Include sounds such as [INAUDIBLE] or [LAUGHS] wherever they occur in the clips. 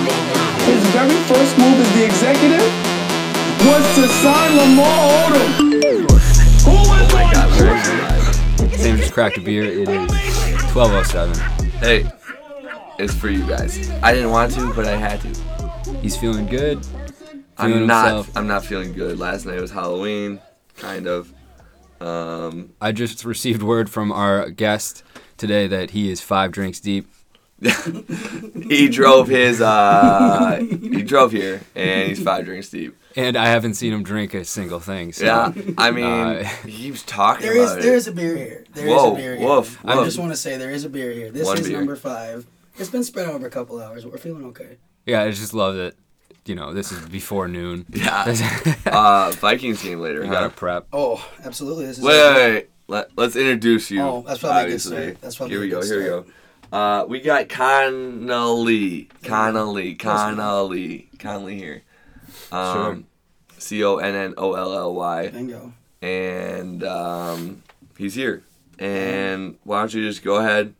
His very first move as the executive was to sign Lamar Odom. Who is my on God, we're track? actually live. Sam just cracked a beer. It is 12:07. Hey, it's for you guys. I didn't want to, but I had to. He's feeling good. Feeling I'm not. himself. I'm not feeling good. Last night was Halloween, kind of. Um, I just received word from our guest today that he is five drinks deep. he drove [LAUGHS] his. Uh, he drove here, and he's five drinks deep. And I haven't seen him drink a single thing. So Yeah, [LAUGHS] I mean, Uh, he was talking There is about there it. is a beer here. There is Whoa, a beer here. woof, I woof. just want to say there is a beer here. This One is beer. number five. It's been spread over a couple hours, but we're feeling okay. Yeah, I just love that. You know, this is before noon. [LAUGHS] Yeah. uh, Vikings game later, You huh? gotta prep. Oh, absolutely. This is Wait, wait, wait. Let, let's introduce you. Oh, that's probably a good obviously. start. That's probably here we a go. good Here we go. Uh, we got Connolly, Connolly, Connolly, Connolly here. Um, C O N N O L L Y, bingo. and um, he's here. And why don't you just go ahead,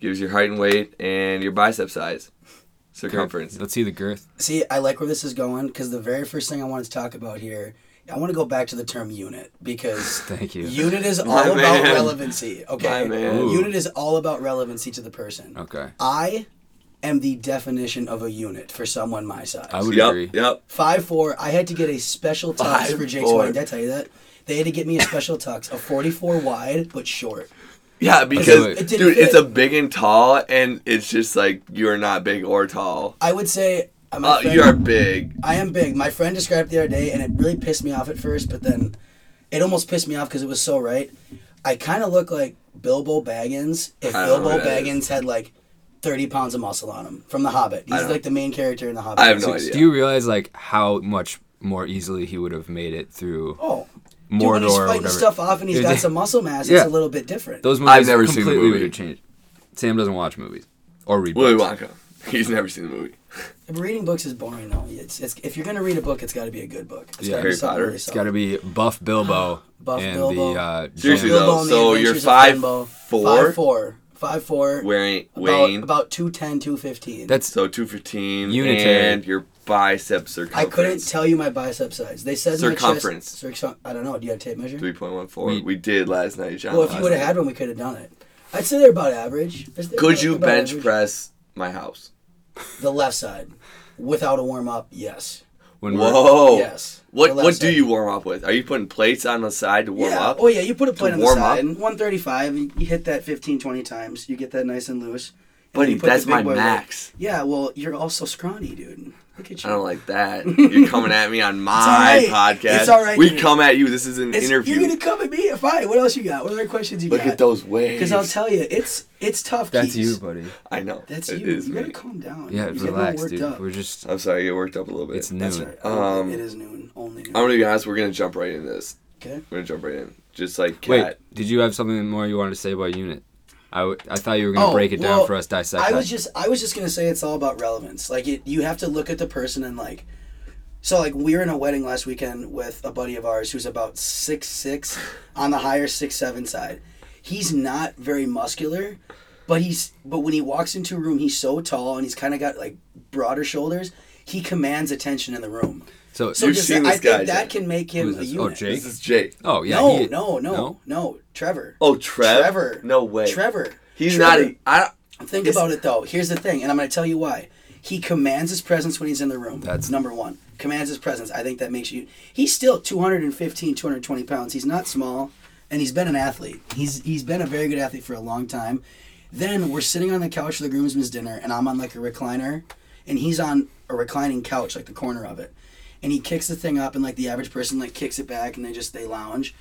give us your height and weight and your bicep size, uh, circumference. Let's see the girth. See, I like where this is going because the very first thing I wanted to talk about here, I want to go back to the term unit [LAUGHS] because Thank you. unit is all My about man. relevancy. Okay, My man. unit is all about relevancy to the person. Okay. I am the definition of a unit for someone my size. I would agree. Yep, yep. Five four. I had to get a special tux for Jake's 5'4". wedding. Did I tell you that? They had to get me a special tux, a forty four wide but short. Yeah, because it didn't dude, fit. it's a big and tall, and it's just like you are not big or tall. I would say uh, my Uh, friend, you [LAUGHS] are big. I am big. My friend described it the other day, and it really pissed me off at first, but then it almost pissed me off because it was so right. I kind of look like Bilbo Baggins if I don't know Bilbo who that Baggins had like thirty pounds of muscle on him from The Hobbit. He's don't- like the main character in The Hobbit. I have no It's- idea. Do you realize like how much more easily he would have made it through Oh, dude, Mordor when he's or fighting whatever? stuff off and [LAUGHS] he's Dude, got they- some muscle mass, Yeah. it's a little bit different. Those movies never seen the completely movie. would have changed. Sam doesn't watch movies or read Willy books. Wonka. [LAUGHS] He's never seen the movie. Reading books is boring though. It's, it's if you're gonna read a book, it's got to be a good book. It's Yeah. gotta Harry be something Potter. Really It's It's got to be Buff Bilbo [GASPS] Buff and Bilbo. the uh, Seriously, John- though, so you're five four? five four, five four. Wearing about, Wayne. about 210, 215. That's so two fifteen. Unitary. And your bicep circumference. I couldn't tell you my bicep size. They said Circumference. My chest, circum- I don't know. Do you have a tape measure? Three point one four. We- We, did last night, John. Well, if you last would have night. had one, we could have done it. I'd say they're about average. Is there Could about- you about bench average? press my house? the left side without a warm up? Yes. when we're Whoa. Yes. The What left What do side. you warm up with? Are you putting plates on the side to warm yeah. up? Oh yeah, you put a plate on the warm side. up? 135. You you hit that 15, 20 times. You get that nice and loose. And Buddy, then you put the that's big my boy weight. max. Yeah. Well, you're also scrawny, dude. Look at you. I don't like [LAUGHS] that. You're coming at me on my It's all right. podcast. It's all right, We dude. come at you. This is an It's- interview. You're gonna come at me. Fine. What else you got? What other questions you Look got? at those waves. Because I'll tell you, it's it's tough. that's Keys. you, buddy. I know. That's It you. is you me. gotta calm down. Yeah, you get a little relax, worked dude. Up. We're just I'm sorry. I get worked up a little bit. it's That's noon. right. Um, it is noon. Only noon. I'm gonna be honest. We're gonna jump right into this. okay. We're gonna jump right in. Just like cat. Wait, did you have something more you wanted to say about unit? I, w- I thought you were gonna Oh, break it down well, for us dissect. I that. was just I was just gonna say it's all about relevance. Like it, you have to look at the person and like. So like we were in a wedding last weekend with a buddy of ours who's about six six, on the higher six seven side. He's not very muscular, but he's but when he walks into a room, he's so tall and he's kind of got like broader shoulders. He commands attention in the room. so, So You've just seen I this think guy, that Jake. can make him Who's a this? unit. Oh, Jake. This is Jake. oh yeah, no, he- no, no, no, Trevor. Oh, Trev. Trevor. No way. Trevor. He's Trevor. not. A, I Think It's- about it though. Here's the thing, and I'm going to tell you why. He commands his presence when he's in the room. That's- number one. Commands his presence. I think that makes you. He's still 215, 220 pounds. He's not small, and he's been an athlete. He's he's been a very good athlete for a long time. Then we're sitting on the couch for the groomsmen's dinner, and I'm on like a recliner, and he's on a reclining couch, like the corner of it, and he kicks the thing up, and like the average person like kicks it back, and they just they lounge.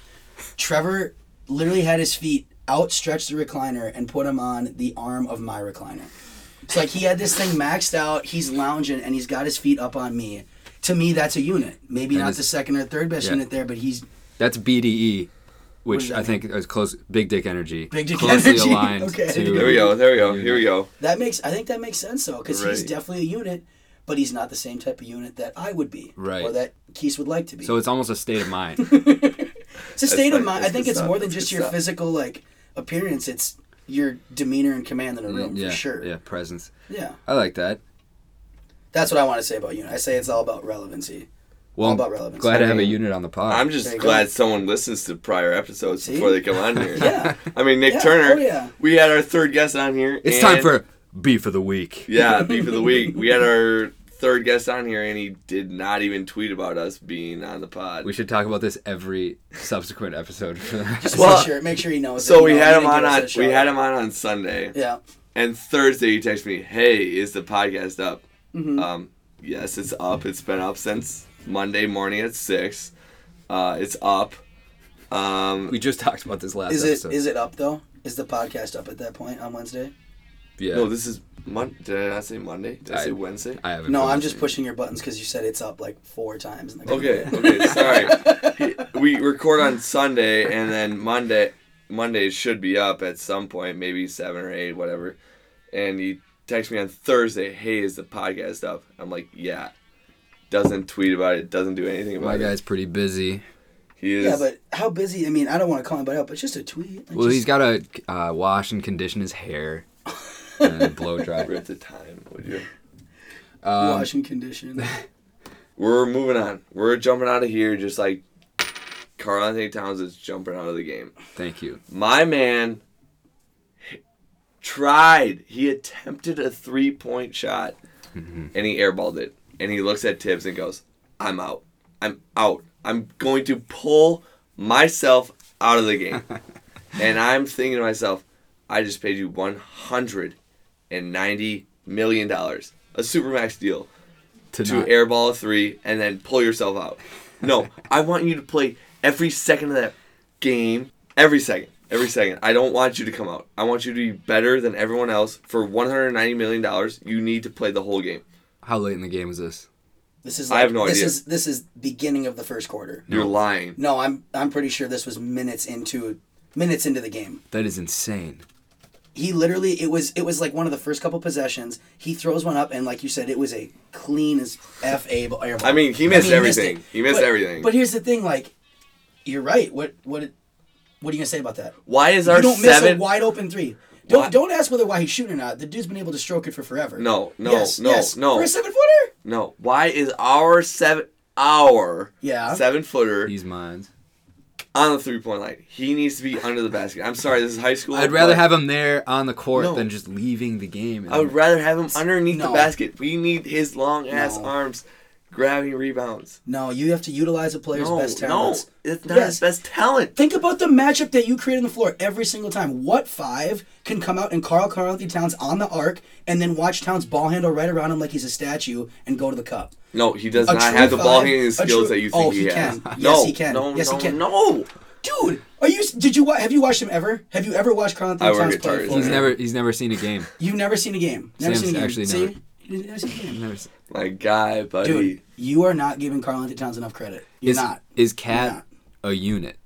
Trevor literally had his feet outstretched the recliner and put him on the arm of my recliner. It's like he had this thing maxed out. He's lounging and he's got his feet up on me. To me, that's a unit. Maybe not it's- the second or third best yeah. unit there, but he's that's BDE, does which that I think is close. Big dick energy. Big dick closely energy. [LAUGHS] aligned Okay. to. There we go. There we go. Here we go. that makes. I think that makes sense though, because he's Right. definitely a unit, but he's not the same type of unit that I would be, Right. Or that Keith would like to be. So it's almost a state of [LAUGHS] mind. it's a state That's of like- mind. I that's think good it's stuff. more than That's just good your stuff. physical like appearance. It's your demeanor and command in a room yeah, for sure. yeah, presence. yeah. I like that. That's what I want to say about unit. I say it's all about relevancy. Well, All I'm about relevance. glad to have I a mean- unit on the pod. I'm There just you glad go. someone listens to prior episodes See? before they come on here. [LAUGHS] Yeah. I mean, Nick Yeah, Turner. oh, yeah. We had our third guest on here. it's and- time for beef of the week. [LAUGHS] yeah beef of the week. We had our third guest on here, and he did not even tweet about us being on the pod. We should talk about this every subsequent episode. For the Just rest. Well, make sure make sure he knows. that, so you we know, had you him didn't on, give us on a shout we had out. him on on Sunday, Yeah. and Thursday he texted me, "Hey, is the podcast up?" Um, yes, it's up. It's been up since Monday morning at six. Uh, it's up. Um, we just talked about this last Is it episode. is it up though? Is the podcast up at that point on Wednesday? yeah. No, this is Mon. Did I not say Monday? Did I, I- say Wednesday? I haven't. No, been I'm listening. just pushing your buttons because you said it's up like four times. In the okay. Okay. Sorry. He- we record on Sunday, and then Monday. Monday should be up at some point, maybe seven or eight, whatever. And he texts me on Thursday, "Hey, is the podcast up?" I'm like, "Yeah." Doesn't tweet about it. Doesn't do anything about My it. guy's pretty busy. He is. Yeah, but how busy? I mean, I don't want to call anybody out, but just a tweet. Like Well, just, he's got to uh, wash and condition his hair and then blow [LAUGHS] dry. rip the time, would you? um, wash and [LAUGHS] condition. We're moving on. We're jumping out of here, just like Carl Anthony Towns is jumping out of the game. Thank you. My man tried. He attempted a three point shot and he airballed it. And he looks at Tibbs and goes, I'm out. I'm out. I'm going to pull myself out of the game. and I'm thinking to myself, I just paid you $190 million, a Supermax deal To to not- airball a three and then pull yourself out. No, I want you to play every second of that game. Every second. Every second. I don't want you to come out. I want you to be better than everyone else. For $190 million, you need to play the whole game. How late in the game was this? This is. I Like, have no this idea. Is, this is beginning of the first quarter. You're lying. No, I'm I'm pretty sure this was minutes into minutes into the game. That is insane. He literally it was it was like one of the first couple possessions. He throws one up and like you said, it was a clean as f a ball. air ball. I mean, he missed everything. it. he missed But- everything. But here's the thing, like, you're right. What what what are you gonna say about that? why is our you don't miss seven? a wide open three. Don't Why- don't ask whether why he's shooting or not. The dude's been able to stroke it for forever. No, no, no, no. For a seven footer? no. Why is our seven? Our Yeah. seven footer He's mines. on the three point line. He needs to be under the basket. I'm sorry, this is high school. I'd rather but- have him there on the court No. than just leaving the game. and- I would rather have him underneath No. the basket. We need his long ass No. arms grabbing rebounds. No, you have to utilize a player's No, best no, talents. it's not Yes. his best talent. Think about the matchup that you create on the floor every single time. What five can come out and Carl Carl Anthony Towns on the arc and then watch Towns ball handle right around him like he's a statue and go to the cup? No, he does A not true have the ball five- handling a skills true- that you think oh, he, [LAUGHS] he has. can. Yes, No, he can. No, Yes, no, he can. No, Dude, are you? Did you wa- have you watched him ever? Have you ever watched Carl Anthony I work Towns at play? Target. before? He's never. He's never seen a game. You've never seen a game. Never Sam's seen a game. actually See? never. You've never seen a game. Never seen. my guy, buddy. Dude, you are not giving Carl Anthony Towns enough credit. You're Is not. is Cat not. a unit?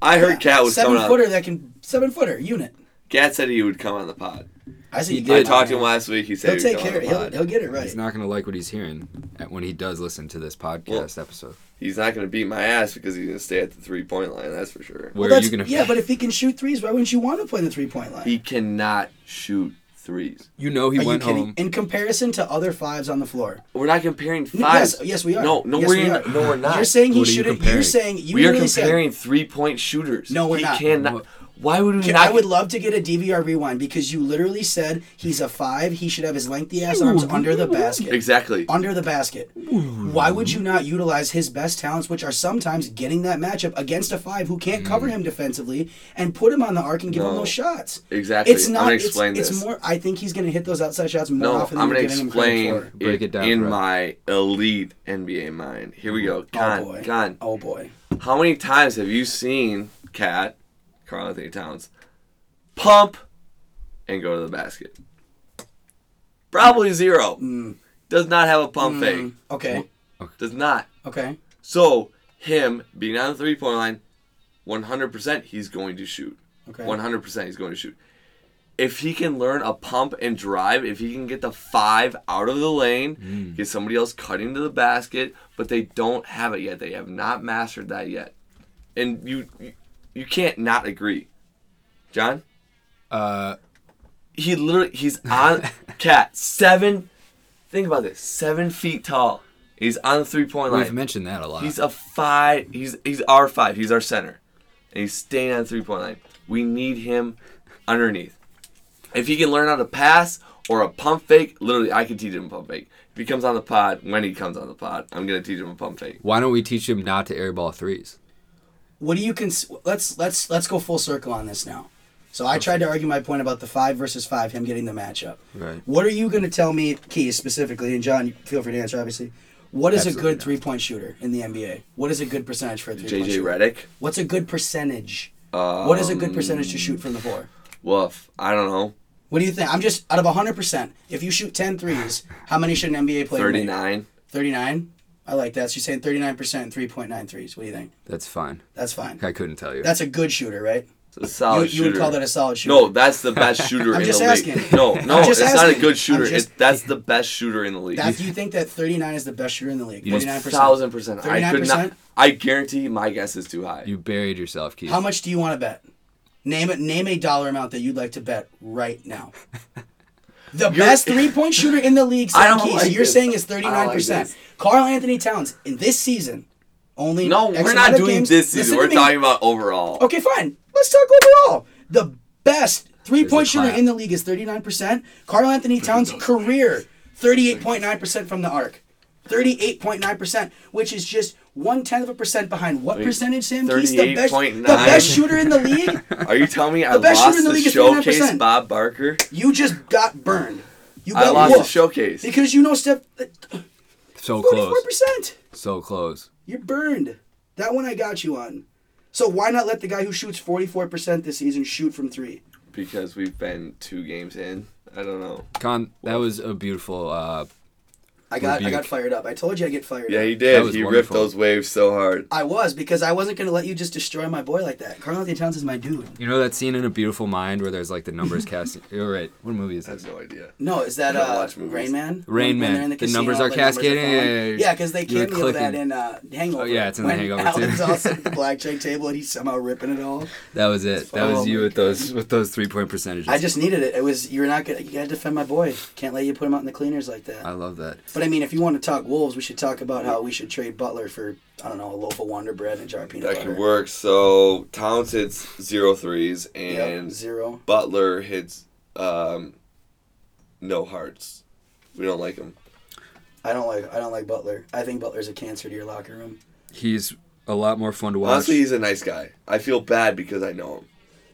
I heard Cat was seven coming on. footer that can seven footer unit. Cat said he would come on the pod. I see. He you did. I get it, talked to man. him last week. He said He'll he would take come on care. the He'll, pod. he'll get it right. He's not gonna like what he's hearing at- when he does listen to this podcast episode. He's not going to beat my ass because he's going to stay at the three point line. That's for sure. Where are That's- you gonna? yeah, [LAUGHS] but if he can shoot threes, why wouldn't you want to play the three point line? He cannot shoot threes. you know he are you went kidding? home. In comparison to other fives on the floor, We're not comparing N- fives. Yes, yes, we are. No, no, Yes, we're, we not- are. no, we're not. You're saying he What are you shouldn't. You are comparing? saying you we are literally comparing three-point shooters. No, we're he not. Cannot. Why would we said. not? I would love to get a DVR rewind because you literally said he's a five. He should have his lengthy ass arms under the basket. exactly. under the basket. Why would you not utilize his best talents, which are sometimes getting that matchup against a five who can't cover him defensively, and put him on the arc and give him No. those shots? Exactly. It's I'm not. gonna it's, explain it's this. more. I think he's going to hit those outside shots more No, often I'm than gonna we're giving him credit explain for. Break it down in for us. my elite NBA mind. Here we go. Con, oh boy. Con, Oh boy. how many times have you seen Cat, Carl Anthony Towns, pump and go to the basket? Probably zero. Mm. Does not have a pump fake. Okay. Does not. Okay. So him being on the three point line, one hundred percent he's going to shoot. Okay. One hundred percent he's going to shoot. If he can learn a pump and drive, if he can get the five out of the lane, get somebody else cutting to the basket, but they don't have it yet. They have not mastered that yet, and you you, you can't not agree, John. Uh, He literally he's on cat seven. Think about this: seven feet tall. He's on the three point We've line. mentioned that a lot. He's a five. He's he's our five. He's our center, and he's staying on the three point line. We need him underneath. If he can learn how to pass or a pump fake, literally, I can teach him a pump fake. If he comes on the pod, when he comes on the pod, I'm gonna teach him a pump fake. Why don't we teach him not to airball threes? What do you cons- let's let's let's go full circle on this now. So I tried to argue my point about the five versus five, him getting the matchup. Right. What are you going to tell me, Keys specifically, and John? Feel free to answer, obviously. What is Absolutely a good not. three point shooter in the NBA? What is a good percentage for a three point JJ shooter? Redick. What's a good percentage? what is a good percentage to shoot from the floor? Woof. I don't know. What do you think? I'm just out of 100%. If you shoot 10 threes, how many should an NBA player Thirty make? nine. 39? I like that. So you're saying 39% and 3.9 threes. What do you think? That's fine. That's fine. I couldn't tell you. That's a good shooter, right? A solid You, you would shooter. call that a solid shooter. No, that's the [LAUGHS] best shooter I'm in just the league. asking. No, I'm no, it's just not a asking. good shooter. I'm just- It- that's the best shooter in the league. That, you think that 39 is the best shooter in the league? One 39%. thousand percent. I could not. 39%? I guarantee my guess is too high. you buried yourself, Keith. How much do you want to bet? Name it. Name a dollar amount that you'd like to bet [LAUGHS] right now. The best three-point shooter in the league. I Sam don't Keys, like so you're this. saying is don't like 39 percent. this. Carl Anthony Towns in this season only. no, X we're amount not of doing games- this Listen season. to We're me. talking about overall. Okay, fine. Let's talk overall. The best three-point There's a shooter clap. in the league is 39 percent. Carl Anthony Towns career 38.9 percent from the arc. 38.9 percent, which is just one tenth of a percent behind what percentage, Sam Keys? The best, the 38.9. best shooter in the league. [LAUGHS] Are you telling me I The best shooter lost in the the league is showcase, 39%. Bob Barker? You just got burned. You got I lost the whooped. showcase. because you know step so forty four close. percent. So close. You're burned. That one I got you on. So why not let the guy who shoots forty four percent this season shoot from three? Because we've been two games in. I don't know. Con, that was a beautiful. Uh, I got I Rebuke. got fired up. I told you I get fired Yeah, up. he That did. was He ripped wonderful. those waves so hard. I was because I wasn't gonna let you just destroy my boy like that. Carl Anthony Towns is my dude. you know that scene in A Beautiful Mind where there's like the numbers [LAUGHS] casting. All right, what movie is I have this? no idea. No, is that I don't uh, watch movies. Rain Man? Rain When Man. they're in The numbers are the cascading. falling. Yeah, yeah, yeah. Yeah, because they You were cameo that clicking. in uh, Hangover. Oh, yeah, it's in The when Hangover, too. Alan's [LAUGHS] also at the blackjack table and he's somehow ripping it all. That was it. That Oh was you my with those with those three point percentages. I just needed it. It was you're not gonna you gotta defend my boy. Can't let you put him out in the cleaners like that. I love that. but I mean, if you want to talk wolves, we should talk about how we should trade Butler for I don't know a loaf of Wonder Bread and a jar of peanut That butter. could work. So Towns hits zero threes Yep, and zero. Butler hits um, no hearts. We don't like him. I don't like I don't like Butler. I think Butler's a cancer to your locker room. He's a lot more fun to watch. Honestly, he's a nice guy. I feel bad because I know him.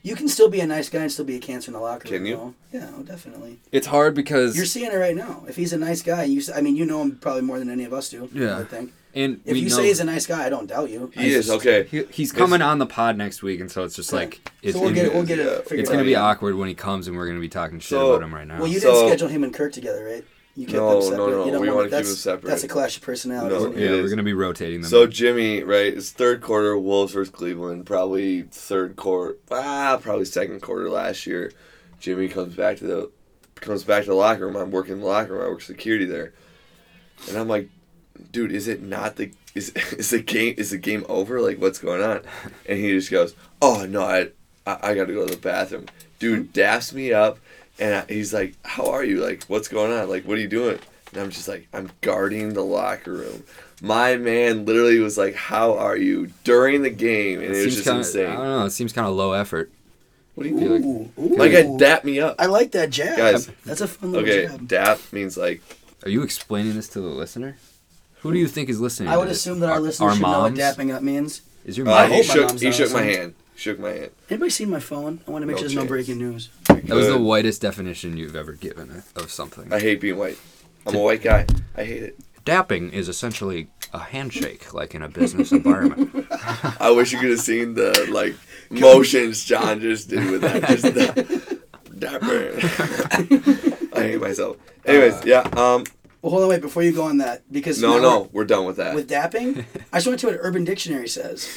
You can still be a nice guy and still be a cancer in the locker Can room. you? though. Yeah, oh, definitely. it's hard because You're seeing it right now. If he's a nice guy, you s- I mean, you know him probably more than any of us do. Yeah. I would think. and If we you know say he's a nice guy, I don't doubt you. He is okay. he, he's coming on the pod next week, and so it's just Yeah. like it's so we'll gonna get be- it. We'll get yeah. it. Figured it's out. gonna be awkward when he comes, and we're gonna be talking shit So- about him right now. Well, you So- didn't schedule him and Kirk together, right? You kept No, them no, separate. no, You don't we want- wanna keep that's- them separate. That's a clash of personalities. No. isn't it? yeah, it we're is. gonna be rotating them. So Jimmy, right? It's third quarter Wolves versus Cleveland. Probably third quarter. Ah, probably second quarter last year. Jimmy comes back to the comes back to the locker room. I'm working in the locker room. I work security there, and I'm like, dude, is it not the is [LAUGHS] is the game is the game over? Like, what's going on? And he just goes, oh no, I I, I got to go to the bathroom. Dude daps me up, and I, he's like, how are you? Like, what's going on? Like, what are you doing? And I'm just like, I'm guarding the locker room. My man literally was like, how are you during the game? And it, was just kinda, insane. I don't know. It seems kind of low effort. What do you mean? Ooh, ooh. Like, I dap me up. I like that jab. Guys. that's a fun little Okay, jab. dap means like, Are you explaining this to the listener? Who do you think is listening? I to would this? assume that our listeners should know what moms? dapping up means. Is your uh, mom? hope he my shook, mom's he not shook my listening. hand. Shook my hand. Anybody seen my phone? I want to make No sure there's no chance. breaking news. that was the Good. whitest definition you've ever given of something. I hate being white. I'm a white guy. I hate it. Dapping is essentially a handshake, like in a business [LAUGHS] environment. I wish you could have seen the [LAUGHS] like motions John just did with that. Just [LAUGHS] that. Dapper. I hate myself. Anyways, yeah. Um. Well, hold on, wait before you go on that because No, Uh, now no, we're done with that. with dapping, I just want to tell you what Urban Dictionary says.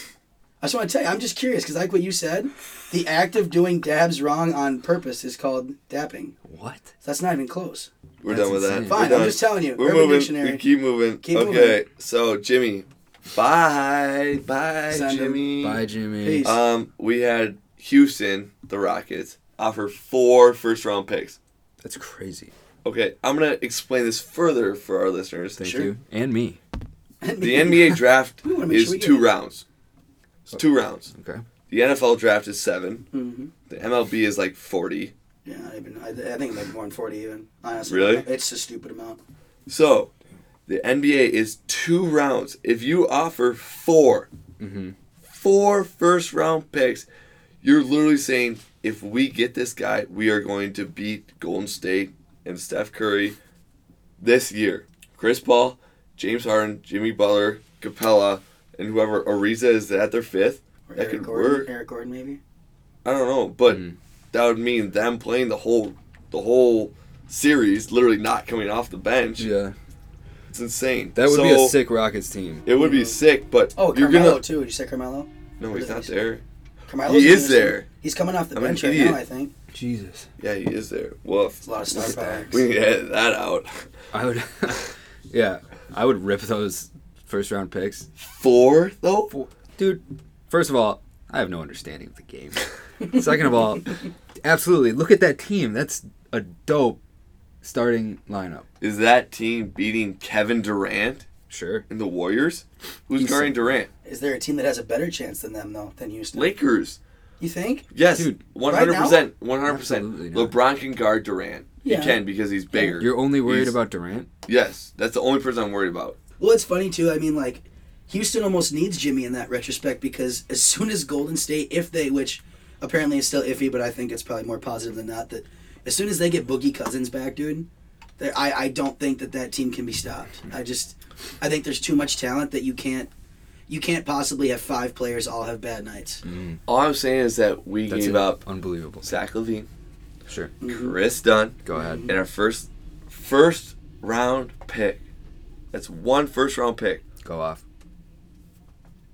I just want to tell you, I'm just curious because like what you said, the act of doing dabs wrong on purpose is called dapping. what? So that's not even close. [LAUGHS] we're That's done with insane. that. Fine, We're I'm done. just telling you, We're Urban moving. Dictionary. We keep moving. Keep okay. moving. So Jimmy, bye, bye, Send him. Jimmy. Bye, Jimmy. Peace. Um, we had Houston, the Rockets, offer four first round picks. That's crazy. Okay, I'm gonna explain this further for our listeners. Thank Sure. you. And me. The [LAUGHS] NBA draft We wanna make is sure we get two it. rounds. It's two rounds. Okay. The NFL draft is 7 Mhm. The MLB is like forty. Yeah, I, even, I, I think it might be more than 40 even. Honestly. Really? It's a stupid amount. So, the NBA is two rounds. If you offer 4 Mm-hmm. four first round picks, you're literally saying if we get this guy, we are going to beat Golden State and Steph Curry this year. Chris Paul, James Harden, Jimmy Butler, Capella, and whoever Ariza is that their fifth. Or That Eric could Gordon, work. Eric Gordon, maybe. I don't know, but Mm. that would mean them playing the whole the whole series, literally not coming off the bench. Yeah. It's insane. That would be a So- sick Rockets team. It would be sick, but Oh, you're Carmelo gonna. too. Did you say Carmelo? No, he's not there. Carmelo's He is interesting. there. He's coming off the I'm an bench right idiot. now, I think. Jesus. Yeah, he is there. Woof. It's a lot of star power. We need to edit that out. I would. [LAUGHS] yeah, I would rip those first round picks. Four though. Dude, first of all, I have no understanding of the game. Second of all, absolutely. Look at that team. That's a dope starting lineup. Is that team beating Kevin Durant Sure. and the Warriors? Who's He's- guarding Durant? Is there a team that has a better chance than them though than Houston? Lakers. You think? Yes, Dude, one right hundred now? percent, one hundred percent. Absolutely not. LeBron can guard Durant. Yeah. He can because he's bigger. You're only worried He's- about Durant? Yes, that's the only person I'm worried about. Well, it's funny too. I mean, like Houston almost needs Jimmy in that retrospect because as [LAUGHS] soon as Golden State, if they, which apparently is still iffy, but I think it's probably more positive than not, that as soon as they get Boogie Cousins back, dude, there- I I don't think that that team can be stopped. I just I think there's too much talent that you can't you can't possibly have five players all have bad nights. All I'm saying is that we That's gave it. up Unbelievable. Zach Levine, Sure. Chris Dunn, Go ahead. and our first first round pick. That's one first round pick, Go off.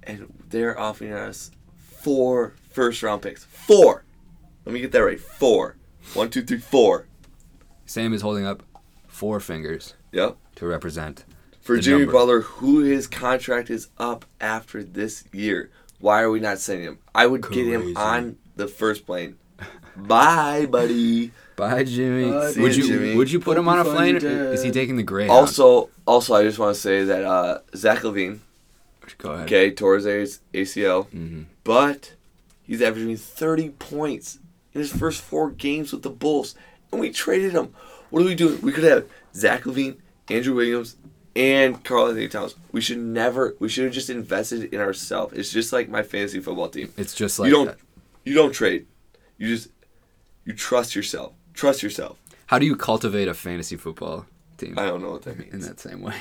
and they're offering us four first round picks. Four. Let me get that right. Four. One, two, three, four. Sam is holding up four fingers Yep. to represent. For The Jimmy number. Butler, who his contract is up after this year. Why are we not sending him? I would get him Crazy. on the first plane. Bye, [LAUGHS] buddy. Bye, Jimmy. Bye, would you Jimmy. would you put him Hope on a you find plane? your Or dad. is he taking the gray? Also, also, I just want to say that uh, Zach Levine out? go ahead. Okay, Torres ACL, Mhm. but he's averaging 30 points in his first four games with the Bulls, and we traded him. What are we doing? We could have Zach Levine, Andrew Williams, and Carl Anthony Towns. We should never. We should have just invested in ourselves. It's just like my fantasy football team. It's just like you don't. that. You don't trade. You just. You trust yourself. Trust yourself. How do you cultivate a fantasy football team I don't know what that in [LAUGHS] means. that same way?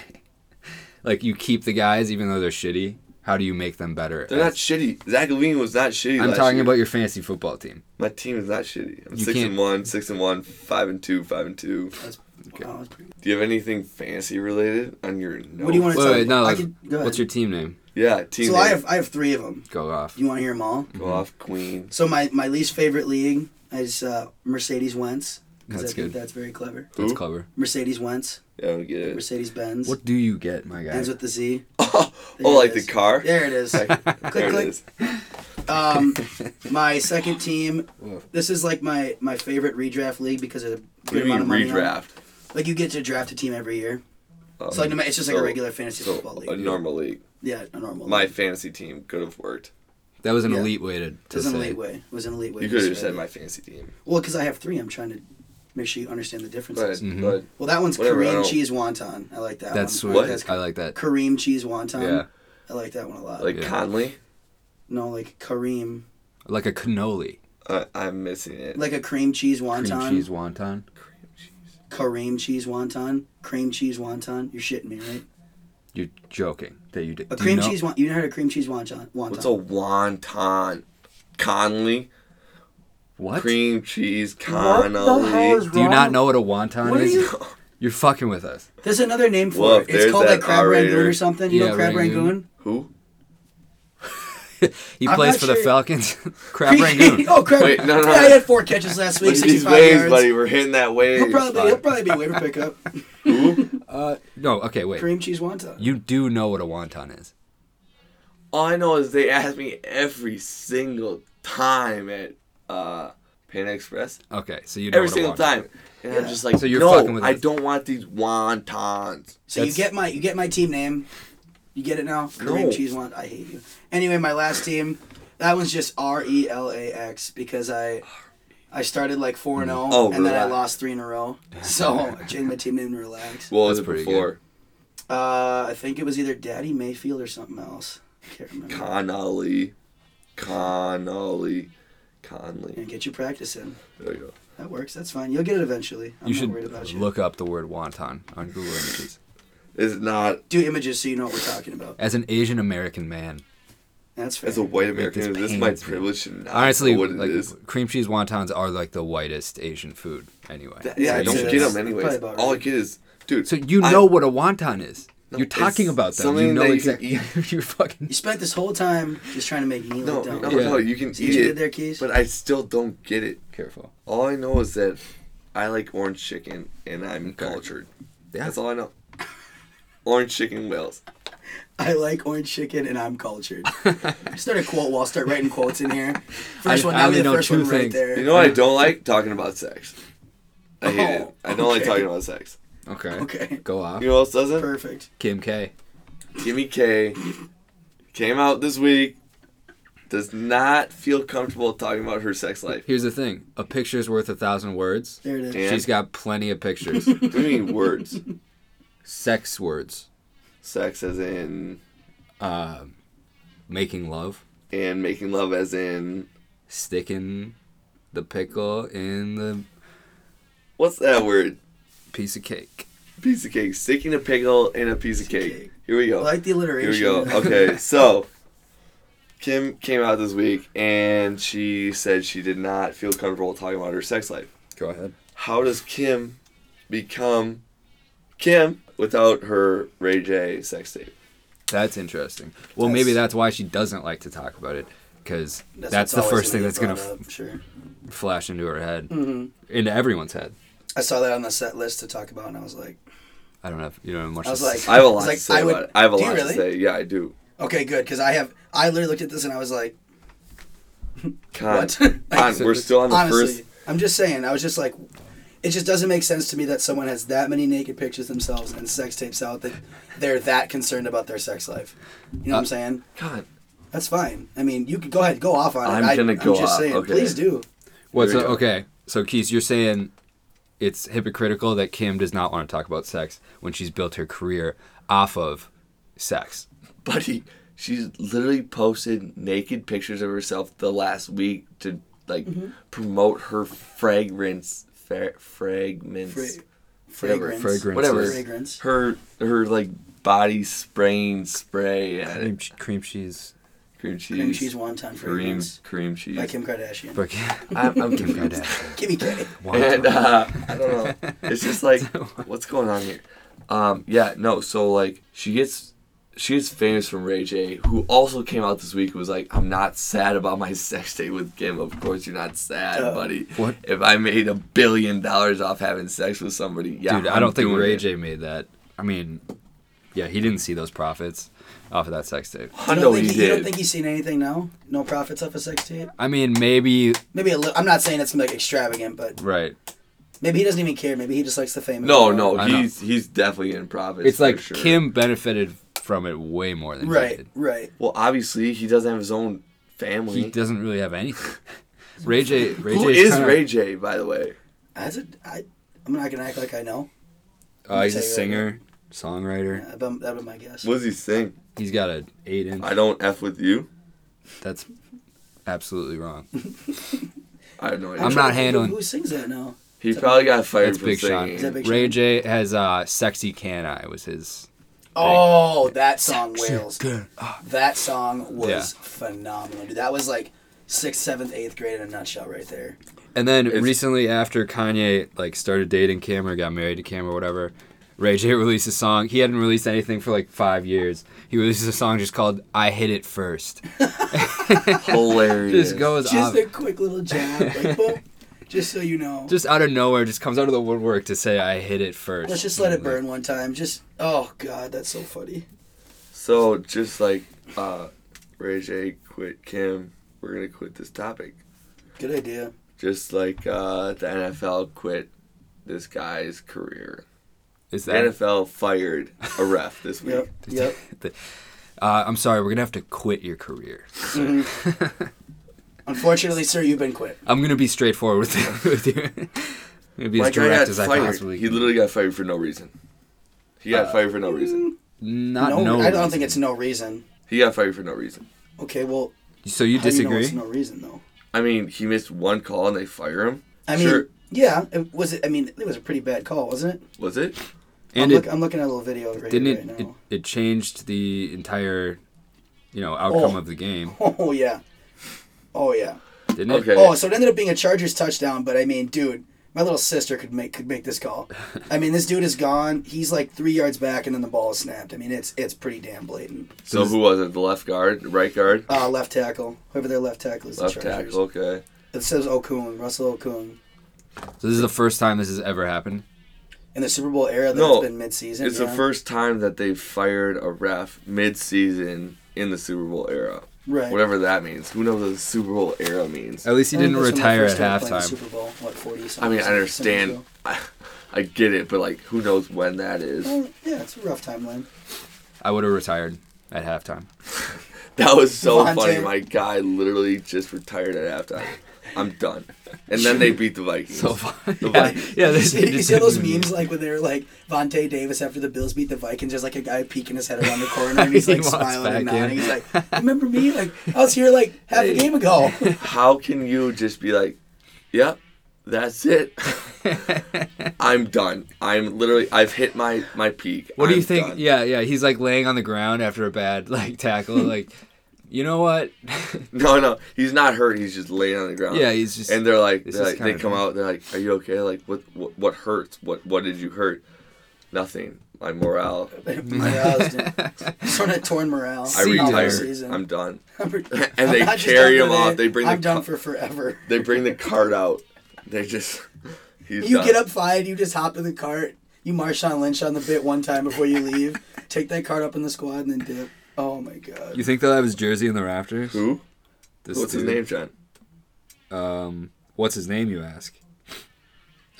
like you keep the guys even though they're shitty. How do you make them better? They're not shitty. Zach Levine was not shitty. I'm last talking year. about your fantasy football team. My team is not shitty. I'm You 6 can't- and one, six and one, five and two, five and two. That's, wow, Oh, that's pretty- Do you have anything fancy related on your? Notes? What do you want Wait, to tell wait, me? no. I like, could- go what's ahead. your team name? Yeah, team. So name. I have I have three of them. Go off. You want to hear them all? go off Queen. So my, my least favorite league is uh, Mercedes Wentz. 'cause That's I think good. That's very clever. That's Who? clever. Mercedes Wentz. Yeah, I don't get it. Mercedes Benz. What do you get, my guy? Ends with the Z. [LAUGHS] Oh, There it like the is. car. There it is. There it click. is. [LAUGHS] um, my second team. This is like my, my favorite redraft league because of a What do good you amount mean of money. on it. redraft? Like you get to draft a team every year. Oh, It's like no ma- it's just like So- a regular fantasy so football a league. normal league. yeah, a normal. My league. fantasy team could have worked. that was an Yeah. elite way to, It to was an say. elite way. It was an elite way. You to could have describe just said it. my fantasy team. Well, because I have three. I'm trying to make sure you understand the Go ahead. differences. Mhm. Go ahead. Well, that one's Whatever, I Korean don't- cheese wonton. I like that. That's one. sweet. I like I like that. Kareem cheese wonton. Yeah. I like that one a lot. Like Yeah. Conley, no, like Kareem, Like a cannoli. uh, I'm missing it. like a cream cheese wonton. Cream cheese wonton. Kareem cheese wonton. Cream cheese wonton. You're shitting me, right? You're joking that you did. A do cream you know- cheese wonton. You never heard of cream cheese wonton? Wonton. What's a wonton? Conley, What? cream cheese, What connolly. the hell is Do you not wrong? know what a wonton What are is? you- You're fucking with us. There's another name for Well, it. It's there's called like that crab R-rater. rangoon or something. You Yeah, know crab Rangoon. rangoon. Who? He I'm plays not for the sure- Falcons. [LAUGHS] Crab [LAUGHS] Rangoon. oh, crab. Wait, no, no, Yeah, no. he had four catches last week, Look at these 65 waves, yards. buddy. We're hitting that wave. He'll probably he'll probably be a waiver [LAUGHS] pickup. Uh, no, okay, wait. cream cheese wonton. You do know what a wonton is. All I know is they ask me every single time at uh, Panda Express Okay, so you know every what a single wonton time. is. And I'm Yeah. just like, So you're no, fucking with I us." don't want these wontons. So That's- you get my you get my team name. You get it now? Kareem No. Cheese Want. I hate you. Anyway, my last team, that one's just R E L A X because I I started like four and zero, Oh, and then I relax. lost three in a row. So I [LAUGHS] changed my team name to Relax. Well, That's was it pretty before Uh, I think it was either Daddy Mayfield or something else. I can't remember. Connolly, Connolly, Conley? Yeah, get your practice in. There you go. That works. That's fine. You'll get it eventually. I'm You not should worried about you. look up the word wonton on Google Images. It's not Do images so you know what we're talking about. As an Asian American man, That's fair. as a white American. this This is my pains me. privilege to not honestly, know what it is. like cream cheese wontons are like the whitest Asian food anyway. That- Yeah, I I'd don't say get that's them anyways. probably about All I right. get is, dude. So you I- know what a wonton is. No, You're talking it's about them. You something know that you [LAUGHS] can exactly. You're fucking. [LAUGHS] You spent this whole time just trying to make me No, look no, dumb. Yeah. no. You can See what eat you did it, there, Keys? but I still don't get it. Careful. All I know is that I like orange chicken and I'm Okay. cultured. Yeah. That's all I know. Orange chicken whales. I like orange chicken and [LAUGHS] I'm cultured. start a quote while start writing quotes in here. First I- one, I that only was the know first two one right things. there. You know what I don't like? Talking about sex. I hate Oh, it. I don't like okay. talking about sex. Okay. Okay. Go off. You know what else doesn't? Perfect. Kim K. Gimme K came out this week. Does not feel comfortable talking about her sex life. Here's the thing: a picture's worth a thousand words. There it is. Yeah. She's got plenty of [LAUGHS] pictures. What do you mean words? Sex words. Sex as in Uh, making love. and making love as in Sticking the pickle in the what's that word? piece of cake. Piece of cake. Sticking a pickle in a piece of cake. cake. Here we I go. like the Here alliteration. we go. [LAUGHS] Okay, so Kim came out this week and she said she did not feel comfortable talking about her sex life. Go ahead. How does Kim become Kim without her Ray J sex tape? That's interesting. Well, That's- maybe that's why she doesn't like to talk about it, because that's, what's the always first thing gonna that's get gonna brought f- up, sure. flash into her head, Mm-hmm. into everyone's head. I saw that on the set list to talk about, and I was like, I don't have you don't have much. I was to like- say. [LAUGHS] I have a It's lot like, to say I would- about it. I have a do you lot really? to say. Yeah, I do. okay, good, because I have. I literally looked at this and I was like, Con, What? [LAUGHS] Con, we're still on the honestly, first. I'm just saying. I was just like, it just doesn't make sense to me that someone has that many naked pictures themselves and sex tapes out that they're that concerned about their sex life. You Uh, know what I'm saying? God, That's fine. I mean, you can go ahead, go off on it. I'm I- gonna go I'm just off, saying, okay. please do. What? Here we So, go. okay. So, Keith, you're saying it's hypocritical that Kim does not want to talk about sex when she's built her career off of sex. buddy, she's literally posted naked pictures of herself the last week to like Mm-hmm. promote her fragrance, fra- fragments, Fra- whatever, Fragrance. Fragrance. whatever, Fragrance. her her like body spraying spray at Cream, it. che- cream cheese. cream cheese, Cream cheese wonton cream, fragrance cream cheese. by Kim Kardashian. But Kim [LAUGHS] I'm, I'm Kim confused. Kardashian. Give me K. and Wonton. uh, I don't [LAUGHS] know. It's just like, what's going on here? Um, yeah, no. So like, she gets she gets famous from Ray J, who also came out this week. who Was like, I'm not sad about my sex day with Kim. Of course, you're not sad, Duh. buddy. What? If I made a billion dollars off having sex with somebody, yeah, Dude, I'm I don't think doing Ray it. J made that. I mean, yeah, he didn't see those profits off of that sex tape. [LAUGHS] I You know don't, he think he, you don't did. think he's seen anything now? No profits off a sex tape? I mean, maybe Maybe a little. I'm not saying it's like extravagant, but right. Maybe maybe he doesn't even care. Maybe he just likes the fame. of No, it all. no, I know. he's he's definitely in profits. It's like for sure. Kim benefited from it way more than he Right, did. right. Well, obviously, he doesn't have his own family. He doesn't really have anything. Ray J. Ray Who J is kinda- Ray J? By the way, As a, I, I'm not gonna act like I know. Uh, he's a Tell you right singer, songwriter. That would be my guess. what does he sing? He's got an eight inch. I don't f with you. That's absolutely wrong. I have no idea. I'm not trying to think of handling- Who sings that now? He probably got fired That's for Big singing. Is that Big Sean. Ray Sean? J has uh, "Sexy Can I" was his. Oh, that song wails. Good. That song was Yeah. phenomenal, dude. That was like sixth, seventh, eighth grade in a nutshell, right there. And then It's- recently, after Kanye like started dating Kim or got married to Kim or whatever, Ray J [LAUGHS] released a song. He hadn't released anything for like five years. He releases a song just called "I Hit It First. Hilarious. Just goes Just off, a quick little jab, [LAUGHS] like boom. Just so you know. just out of nowhere, just comes out of the woodwork to say "I hit it first. Let's just let it burn one time. Just oh god, that's so funny. So just like uh, Ray J quit Kim, we're gonna quit this topic. Good idea. Just like uh, the NFL quit this guy's career. Is The that? NFL fired a ref this week. Yep. Yep. uh, I'm sorry, we're gonna have to quit your career. Mm-hmm. Unfortunately, sir, you've been quit. [LAUGHS] I'm gonna be straightforward with, with you. [LAUGHS] I'm gonna be My as guy direct got as I fired. possibly He can. Uh, literally got fired for no reason. He got fired for no mm. reason. Not No, no. I don't reason. think it's no reason. He got fired for no reason. Okay, well, So you how do disagree? You know it's no reason though. I mean, he missed one call and they fire him. I mean, sure. yeah, it was. I mean, it was a pretty bad call, wasn't it? Was it? and I'm, it look, I'm looking at a little video right, didn't here it, right it now. it changed the entire you know outcome Oh. of the game, [LAUGHS] Oh yeah, oh yeah. didn't it? Okay. Oh, so it ended up being a Chargers touchdown, but I mean, dude, my little sister could make could make this call. [LAUGHS] I mean, this dude is gone. He's like three yards back, and then the ball is snapped. I mean, it's it's pretty damn blatant. So who was it? The left guard, right guard, Uh, left tackle, whoever their left tackle is. the left Chargers. tackle. Okay. It says Okung, Russell Okung. So this is the first time this has ever happened. In the Super Bowl era, that No, has been midseason. It's yeah. the first time that they fired a ref mid-season in the Super Bowl era. right. Whatever that means. Who knows what the Super Bowl era means? At least he I think didn't that's when they retire at first started playing the halftime. Super Bowl, what, 40 I mean, I understand. something I, [LAUGHS] I get it, but like, who knows when that is? Oh, ago. Well, yeah, it's a rough timeline. I would have retired at halftime. That was so Devontae. funny. My guy literally just retired at halftime. I'm done. And then they beat [LAUGHS] the Vikings. [LAUGHS] So far, The yeah, Vikings. yeah you they- they see, you just see all those didn't move. memes like when they were like Vontae Davis after the Bills beat the Vikings. There's like a guy peeking his head around the [LAUGHS] corner and he's He like walks smiling and back in. nodding. He's like, "Remember me? Like I was here like half a Hey. [LAUGHS] game ago." [LAUGHS] How can you just be like, "Yep, that's it. I'm done. I'm literally. I've hit my my peak. [LAUGHS] What do you I'm think? done." Yeah, yeah. He's like laying on the ground after a bad like [LAUGHS] tackle. like, you know what? [LAUGHS] No, no. He's not hurt. He's just laying on the ground. yeah, he's just. and they're like, This they're is like they kinda come bad. out. They're like, "Are you okay? Like, what, what, what hurts? What, what did you hurt? Nothing. My morale. Morale's [LAUGHS] sort of torn morale. I See you all later. retired. season. I'm done. [LAUGHS] [LAUGHS] I'm re- And [LAUGHS] they I'm just carry done him for off. the- They bring the I'm done cup- for forever. They bring the cart out. They just. [LAUGHS] He's You done. get up five. You just hop in the cart. You Marshawn Lynch on the bit one time before you leave. Take that cart up in the squad and then dip. Oh my god. you think they'll have his jersey in the rafters? Who? This What's his dude. name, John? Um, what's his name? You ask.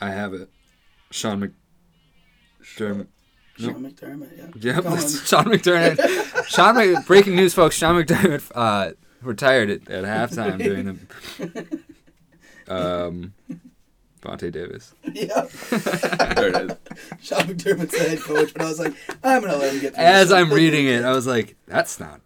I have it. Sean Mc. Derm- Sean McDermott, yeah. Yep, [LAUGHS] Go on. that's Sean [LAUGHS] McDermott. Sean Mc- breaking news, folks. Sean McDermott uh, retired at, at halftime during [LAUGHS] the. Um, Vontae Davis. [LAUGHS] Yeah. [LAUGHS] There it is. Sean McDermott's the head coach, but I was like, I'm gonna let him get through As this. I'm reading it, I was like, "That's not."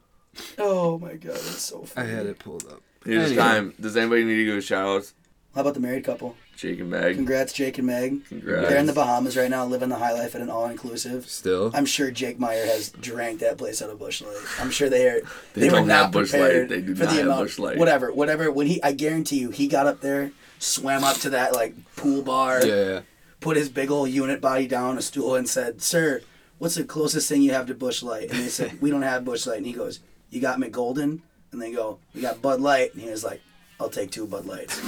Oh my god, that's so I funny. had it pulled up. Here's Anyway. time. Does anybody need to go shout outs? How about the married couple? Jake and Meg. Congrats, Jake and Meg. Congrats. They're in the Bahamas right now, living the high life at an all inclusive. Still. I'm sure Jake Meyer has drank that place out of Bush Light. I'm sure they are. They, They were don't not have Busch Light. prepared They do for not the have amount. Busch Light. Whatever, whatever. When he, I guarantee you, he got up there, swam up to that like pool bar, yeah, yeah. put his big old unit body down on a stool and said, Sir, what's the closest thing you have to Bush Light? And [LAUGHS] they said, We don't have Bush Light. And he goes, You got McGolden? And they go, We got Bud Light. And he was like, I'll take two Bud Lights.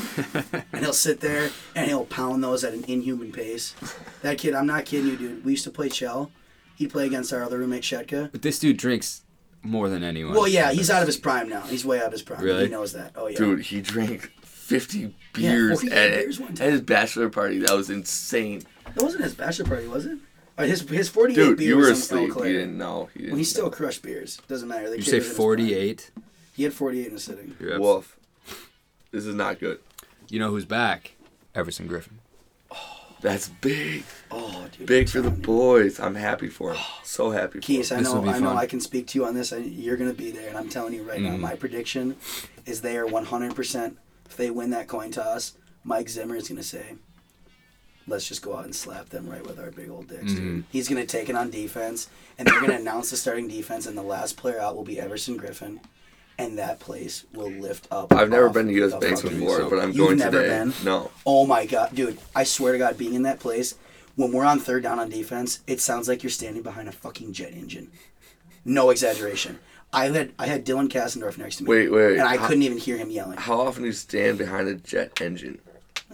and he'll sit there and he'll pound those at an inhuman pace. That kid, I'm not kidding you, dude. We used to play Shell. He'd play against our other roommate, Shetka. But this dude drinks more than anyone. Well, yeah, he's out of his prime now. He's way out of his prime. Really? He knows that. Oh, yeah. Dude, he drank 50 beers 48 at, beers one time. at his bachelor party. That was insane. It wasn't his bachelor party, was it? Or his, his 48 Dude, beer you was were in Eau asleep. You Claire. didn't know. You didn't Well, he still know. crushed beers. Doesn't matter. The You kid say was in his prime. 48. He had 48 in a sitting. You're abs- Woof. This is not good. You know who's back? Everson Griffin. That's big. Oh, dude. Big I'm for the telling you. boys. I'm happy for him. So happy for Keys, him. I This will know, be I know, fun. I can speak to you on this. I, you're gonna be there, and I'm telling you right Mm-hmm. now, my prediction is they are 100. percent If they win that coin toss, Mike Zimmer is gonna say, "Let's just go out and slap them right with our big old dicks." Mm-hmm. Dude. He's gonna take it on defense, and they're gonna [LAUGHS] announce the starting defense, and the last player out will be Everson Griffin, and that place will lift up. I've never off been to U.S. the Banks Oh, fucking before, so- but I'm You've going never today. been? No. Oh my god, dude! I swear to God, being in that place, when we're on third down on defense, it sounds like you're standing behind a fucking jet engine. No exaggeration. I had I had Dylan Kassendorf next to me. Wait, wait, And I how- couldn't even hear him yelling. How often do you stand behind a jet engine?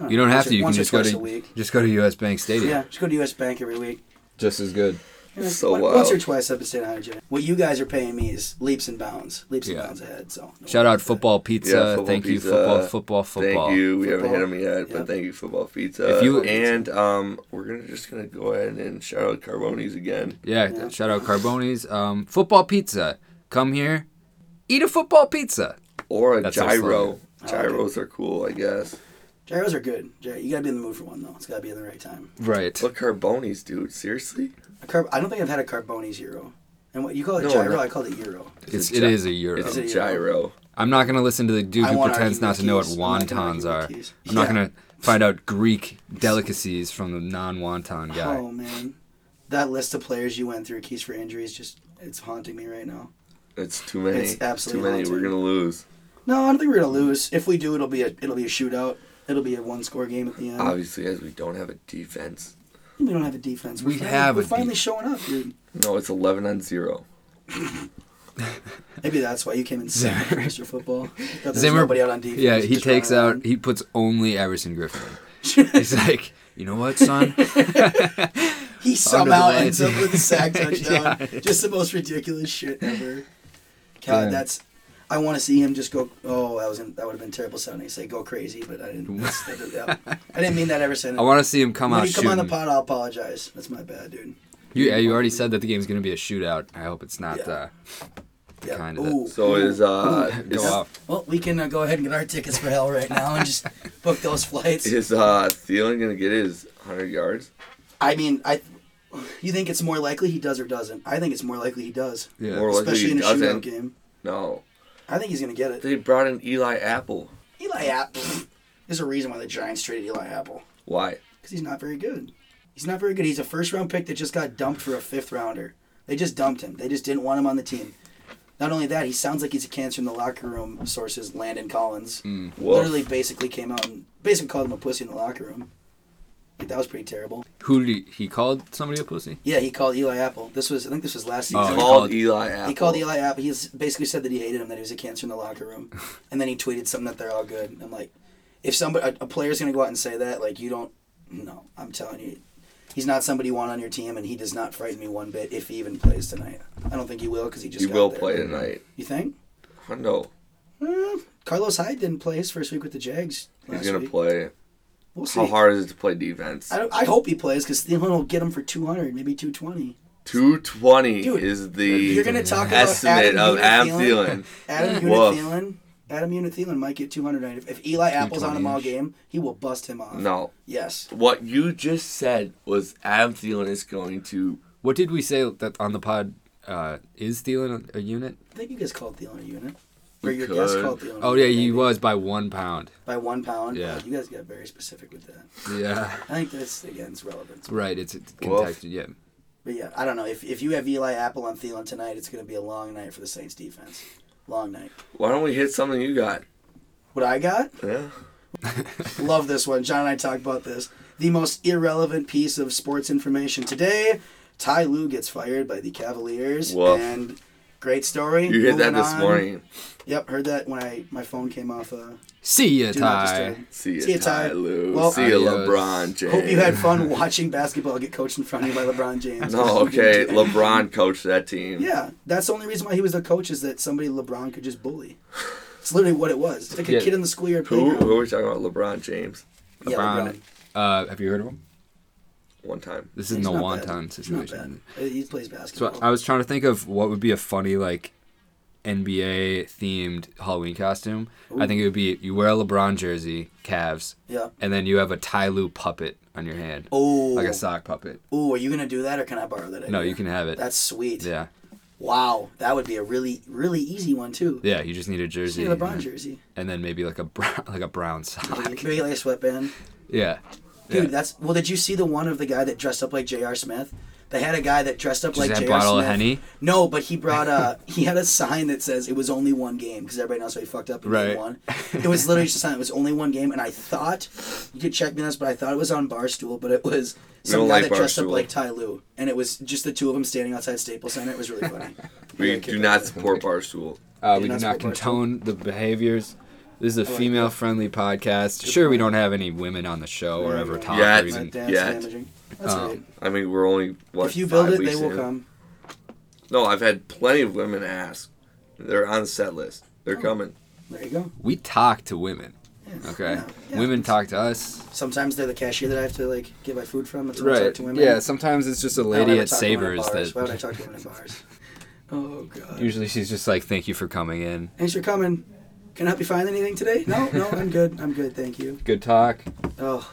You don't have uh, Once or- to. You can once or just go twice to a week. just go to U.S. Bank Stadium. Yeah, just go to U.S. Bank every week. Just as good. You know, So one- wild. Once or twice I've been staying high gym. What you guys are paying me is leaps and bounds, leaps Yeah. and bounds ahead. So Shout out football pizza. Yeah, football thank you, pizza. football, football, football. Thank you. We haven't hit Football. them yet, Yep. but thank you, football pizza. If you- and um, we're gonna just gonna go ahead and shout out Carboni's again. Yeah, Yeah. shout out Carboni's. Um, football pizza. Come here, eat a football pizza. Or a That's our gyro. slogan. Gyros are cool, I guess. gyros are good. Gy- You gotta be in the mood for one though. It's gotta be in the right time. Right. But Carboni's, dude, seriously? A carb- I don't think I've had a Carboni's euro. And what you call it No, gyro? no. I call it euro. it's a it gy- is a euro. It's a Is it gyro. I'm not gonna listen to the dude I who won't pretends argue not with to know what keys. I'm not gonna wontons argue are. with keys. I'm not Yeah. gonna find out Greek delicacies from the non-wonton guy. Oh man, that list of players you went through, keys for injuries, just it's haunting me right now. It's too many. It's absolutely too many. haunting. We're gonna lose. No, I don't think we're gonna lose. If we do, it'll be a it'll be a shootout. It'll be a one score game at the end. Uh, Obviously, as we don't have a defense. we don't have a defense. We We're finally, have We're a finally def- showing up, dude. No, it's eleven on zero. Maybe that's why you came in [LAUGHS] second for Mr. Football. Thought there was Zimmer- nobody out on defense. Yeah, he just takes running out. around. He puts only Everson Griffin. [LAUGHS] He's like, you know what, son? [LAUGHS] He the somehow line. ends up with [LAUGHS] a sack touchdown. Just the most ridiculous shit ever. God, Yeah. that's. I want to see him just go. Oh, that was in, that would have been terrible sounding. Say go crazy, but I didn't. That's, that, that- I didn't mean that ever. Said I want to see him come when out you come on the shooting. pod, I'll apologize. That's my bad, dude. You, yeah, you already said that the game's gonna be a shootout. I hope it's not. Yeah. Uh, Yeah. Kinda. Ooh. So is uh go is, off. Well, we can uh, go ahead and get our tickets for hell right now and just book those flights. is uh Thielen gonna get his hundred yards? I mean, I. You think it's more likely he does or doesn't? I think it's more likely he does, Yeah. More likely especially he in a doesn't. shootout game. No, I think he's gonna get it. they brought in Eli Apple. Eli Apple. There's a reason why the Giants traded Eli Apple Why? because he's not very good. He's not very good. He's a first round pick that just got dumped for a fifth rounder. They just dumped him. They just didn't want him on the team. Not only that, he sounds like he's a cancer in the locker room. Sources Landon Collins Woof. literally basically came out and basically called him a pussy in the locker room. Like, that was pretty terrible. Who did he, he called somebody a pussy? Yeah, he called Eli Apple. This was I think this was last Oh, season. he called, called- Eli Apple. He called Eli Apple. He s- basically said that he hated him, that he was a cancer in the locker room, and then he tweeted something that they're all good. I'm like, if somebody a, a player's gonna go out and say that, like you don't, no, I'm telling you, he's not somebody you want on your team, and he does not frighten me one bit if he even plays tonight. I don't think he will because he just He got will there. play tonight. You think? Hundo, Uh, Carlos Hyde didn't play his first week with the Jags. Last he's gonna week. play. We'll see. How hard is it to play defense? I, don't- I hope he plays because Thielen will get him for 200, maybe 220. Two twenty Dude, is You're the going to talk about estimate Adam of Unit Ab Thielen. Thielen. [LAUGHS] Adam Woof. Unit Thielen. Adam Unit Thielen might get 200 right. If, if Eli Apple's on him all game, he will bust him off. No, Yes. what you just said was Ab Thielen is going to. What did we say that on the pod? Uh, is Thielen a, a unit? I think you guys called Thielen a unit. We Or your guest could. called Thielen. a Oh yeah, unit, he maybe, was by one pound. By one pound. Yeah. You guys got very specific with that. Yeah. I think that's, again, it's relevant. [LAUGHS] Right. It's it's Woof. contexted. Yeah. But yeah, I don't know. If, if you have Eli Apple on Thielen tonight, it's going to be a long night for the Saints defense. Long night. Why don't we hit something you got? What I got? Yeah. Love this one. John and I talked about this. The most irrelevant piece of sports information today. Ty Lue gets fired by the Cavaliers. Woof. And great story. You hit that Moving this on. morning. Yep, heard that when I my phone came off uh See ya, Do Not Ty. Disturb. See ya, See ya, Ty Ty. Lue. Well- uh, See ya, Adios. LeBron James. Hope you had fun watching basketball get coached in front of you by LeBron James. [LAUGHS] No, okay. LeBron coached that team. Yeah, that's the only reason why he was the coach is that somebody LeBron could just bully. It's literally what it was. It's like a Yeah. kid in the schoolyard Who, playground. who are we talking about? LeBron James. Yeah, LeBron. LeBron. Uh, have you heard of him? One time. This isn't He's a not bad. wonton He's not situation. bad. He plays So basketball. I was trying to think of what would be a funny like NBA themed Halloween costume. I think it would be you wear a LeBron jersey, Cavs, yeah. and then you have a Ty Lue puppet on your hand, Oh. like a sock puppet. Ooh, are you gonna do that or can I borrow that? No, idea? you can have it. That's sweet. yeah, Wow, that would be a really, really easy one too. yeah. You just need a jersey, Need a LeBron and- jersey. and then maybe like a brown, [LAUGHS] like a brown sock. Maybe like a sweatband. [LAUGHS] Yeah, Dude, Yeah. that's well. Did you see the one of the guy that dressed up like J.R. Smith? They had a guy that dressed up Just like that J.R. bottle of Smith. Henny? No, but he brought a [LAUGHS] he had a sign that says it was only one game because everybody knows how he fucked up and Right. right. [LAUGHS] won. It was literally just a sign. It was only one game, and I thought you could check me on this, but I thought it was on Barstool, but it was some don't guy like that dressed Barstool. up like Ty Lue, and it was just the two of them standing outside Staples Center. It was really funny. We do not support Barstool. uh, we Yeah, do that's not what we're- condone the behaviors. This is a female-friendly podcast. Sure, we don't have any women on the show or ever talk Yet. or even That dance Yet. damaging. That's Um, right. I mean, we're only what If you build five it, they weeks will in? come. No, I've had plenty of women ask. They're on the set list. They're Oh. coming. There you go. We talk to women. Yeah. Okay. Yeah. Yeah. Women talk to us. Sometimes they're the cashier that I have to like get my food from. That's when I talk Right. to women. Oh, Yeah. Sometimes it's just a I don't lady ever at talk to women at Savers bars. Why would I that. talk to women [LAUGHS] at bars? Oh god. Usually she's just like, "Thank you for coming in. Thanks for coming. Can I help you find anything today? No, no, I'm good. I'm good, thank you. Good talk. Oh,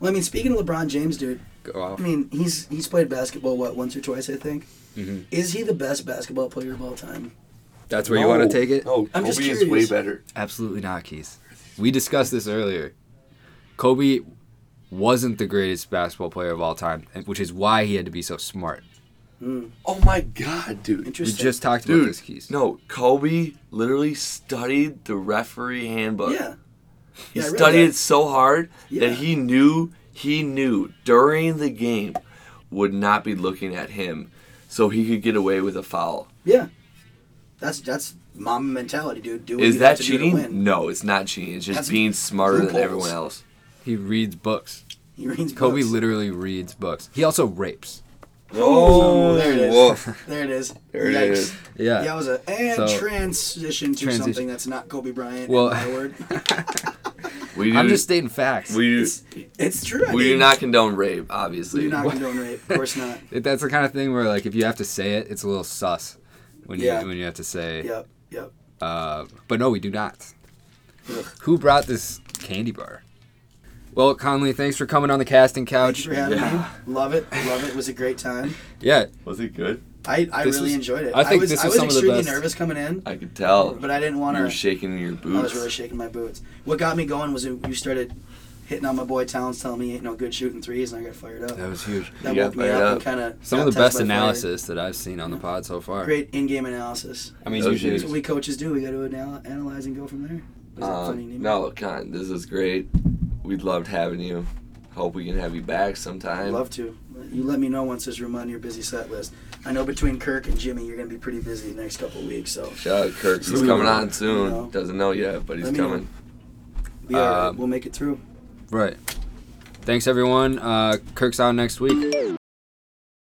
well, I mean, speaking of LeBron James, dude. Go off." I mean, he's he's played basketball what once or twice, I think. Mhm. Is he the best basketball player of all time? That's where you want No. to take it. No, I'm just Kobe is way curious. better. Absolutely not, Keith. We discussed this earlier. Kobe wasn't the greatest basketball player of all time, and- which is why he had to be so smart. Oh my god, dude. We Interesting. just talked about Dude, this, Keith. no, Kobe literally studied the referee handbook. yeah. He Yeah, I read studied that. it so hard Yeah. that he knew he knew during the game would not be looking at him, so he could get away with a foul. Yeah. That's that's mom mentality, dude. Do what Is you that have to do to cheating? win. No, it's not cheating. It's just That's being smarter than loopholes. everyone else. He reads books. He reads Kobe books. literally reads books. He also rapes. Oh, there it is. [LAUGHS] There it is. There it Yikes. is. Yeah. Yeah, it was a and So- transition to Transition. something that's not Kobe Bryant. Well- Well, [LAUGHS] my word, [LAUGHS] We do, I'm just stating facts. we do, it's, it's true. I we do mean, not condone rape, obviously. We do not condone rape. Of [LAUGHS] course not. It- That's the kind of thing where like if you have to say it, it's a little sus when you Yeah. when you have to say. Yep. Yep. Uh, but no, we do not. Ugh. Who brought this candy bar? Well, Conley, thanks for coming on the casting Thank you couch. for having Yeah. me. Love it. Love it. It was a great time. Yeah, Was it good? I, I This really is- enjoyed it. I think was, this I was was some of the extremely best. nervous coming in, I could tell. but I didn't want you were to. shaking in your I was boots. really shaking my boots. What got me going was you started hitting on my boy Towns, telling me he ain't no good shooting threes, and I got fired up. that was huge. That You got woke me fired up, up. and kind of Some of the best analysis that I've seen on the pod so far. Great in-game analysis. I mean, That was usually That's what we coaches do. We got to anal- analyze and go from there. Is that Um, funny, Nemo? no, Con, this is great. We loved having you. Hope we can have you back sometime. I'd love to. You let me know once there's room on your busy set list. I know between Kirk and Jimmy, you're going to be pretty busy the next couple weeks. So Shout out Kirk. [LAUGHS] He's Ooh. coming on soon. No. Doesn't know yet, but he's Let me coming. we are, Um, we'll make it through. right. Thanks everyone. Uh, Kirk's out next week.